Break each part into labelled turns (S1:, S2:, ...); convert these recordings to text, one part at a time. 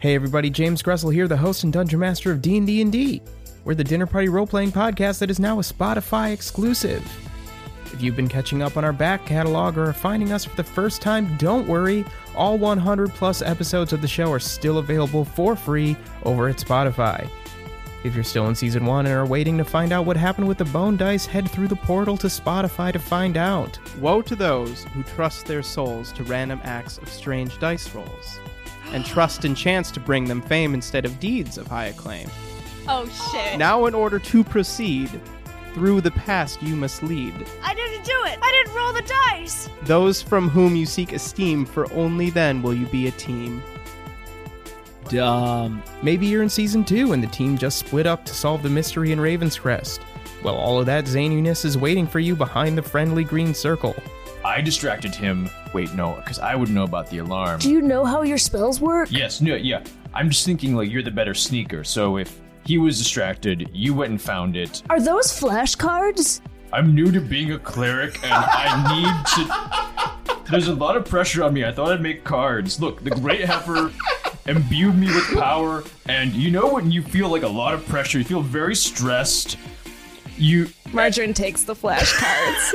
S1: Hey everybody, James Gressel here, the host and dungeon master of D&D and D. We're the dinner party role-playing podcast that is now a Spotify exclusive. If you've been catching up on our back catalog or are finding us for the first time, don't worry. All 100 plus episodes of the show are still available for free over at Spotify. If you're still in season 1 and are waiting to find out what happened with the bone dice, head through the portal to Spotify to find out.
S2: Woe to those who trust their souls to random acts of strange dice rolls, and trust in chance to bring them fame instead of deeds of high acclaim.
S3: Oh
S1: Eh.
S3: shit.
S2: Now, in order to proceed, through the past you must lead.
S3: I didn't do it. I didn't roll the dice.
S2: Those from whom you seek esteem, for only then will you be a team.
S4: Dumb.
S1: Maybe you're in season 2 and the team just split up to solve the mystery in Ravenscrest. Well, all of that zaniness is waiting for you behind the friendly green circle.
S4: I distracted him. Wait, no, because I would know about the alarm.
S5: Do you know how your spells work?
S4: Yes, no, yeah. I'm just thinking like you're the better sneaker. So if he was distracted, you went and found it.
S5: Are those flashcards?
S4: I'm new to being a cleric, and I need to. There's a lot of pressure on me. I thought I'd make cards. Look, the Great Heifer imbued me with power, and you know when you feel like a lot of pressure, you feel very stressed. You
S6: Margarine takes the flashcards.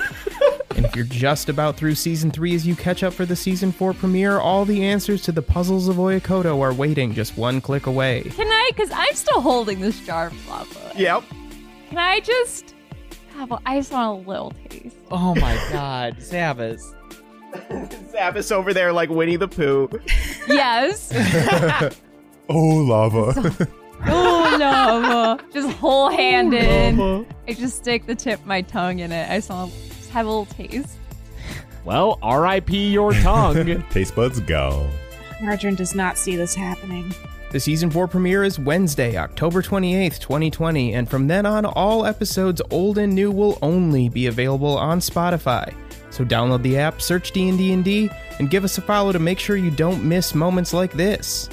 S1: And if you're just about through season 3 as you catch up for the season 4 premiere, all the answers to the puzzles of Oyakoto are waiting just one click away.
S7: Can I? Because I'm still holding this jar of lava.
S2: Yep.
S7: Can I just have? A, I just want a little taste.
S8: Oh my god, Zavis.
S2: Zavis over there like Winnie the Pooh.
S7: Yes.
S9: Oh, lava.
S7: oh lava. Just whole hand in.
S2: Oh,
S7: I just stick the tip of my tongue in it. I just want to just have a little taste.
S10: Well, R.I.P. your tongue.
S9: Taste buds go.
S6: Margarine does not see this happening.
S1: The season 4 premiere is Wednesday, October 28th, 2020, and from then on, all episodes old and new will only be available on Spotify. So download the app, search D&D and D, and give us a follow to make sure you don't miss moments like this.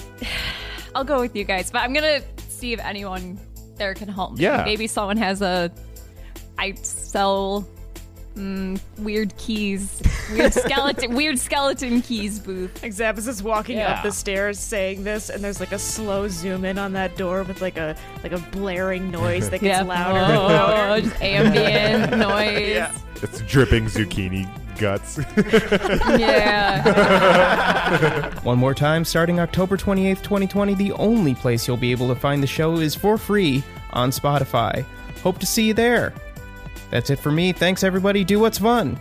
S7: I'll go with you guys, but I'm gonna see if anyone there can help me.
S10: Yeah.
S7: Maybe someone has a. I sell mm, weird keys, weird skeleton, weird skeleton keys booth.
S6: Like Zappos is walking
S10: Yeah.
S6: up the stairs saying this, and there's like a slow zoom in on that door with like a like a blaring noise that gets louder and louder.
S7: Oh, just ambient noise. Yeah.
S9: It's dripping zucchini guts.
S1: One more time, starting October 28th, 2020, the only place you'll be able to find the show is for free on Spotify. Hope to see you there. That's it for me. Thanks, everybody. Do what's fun.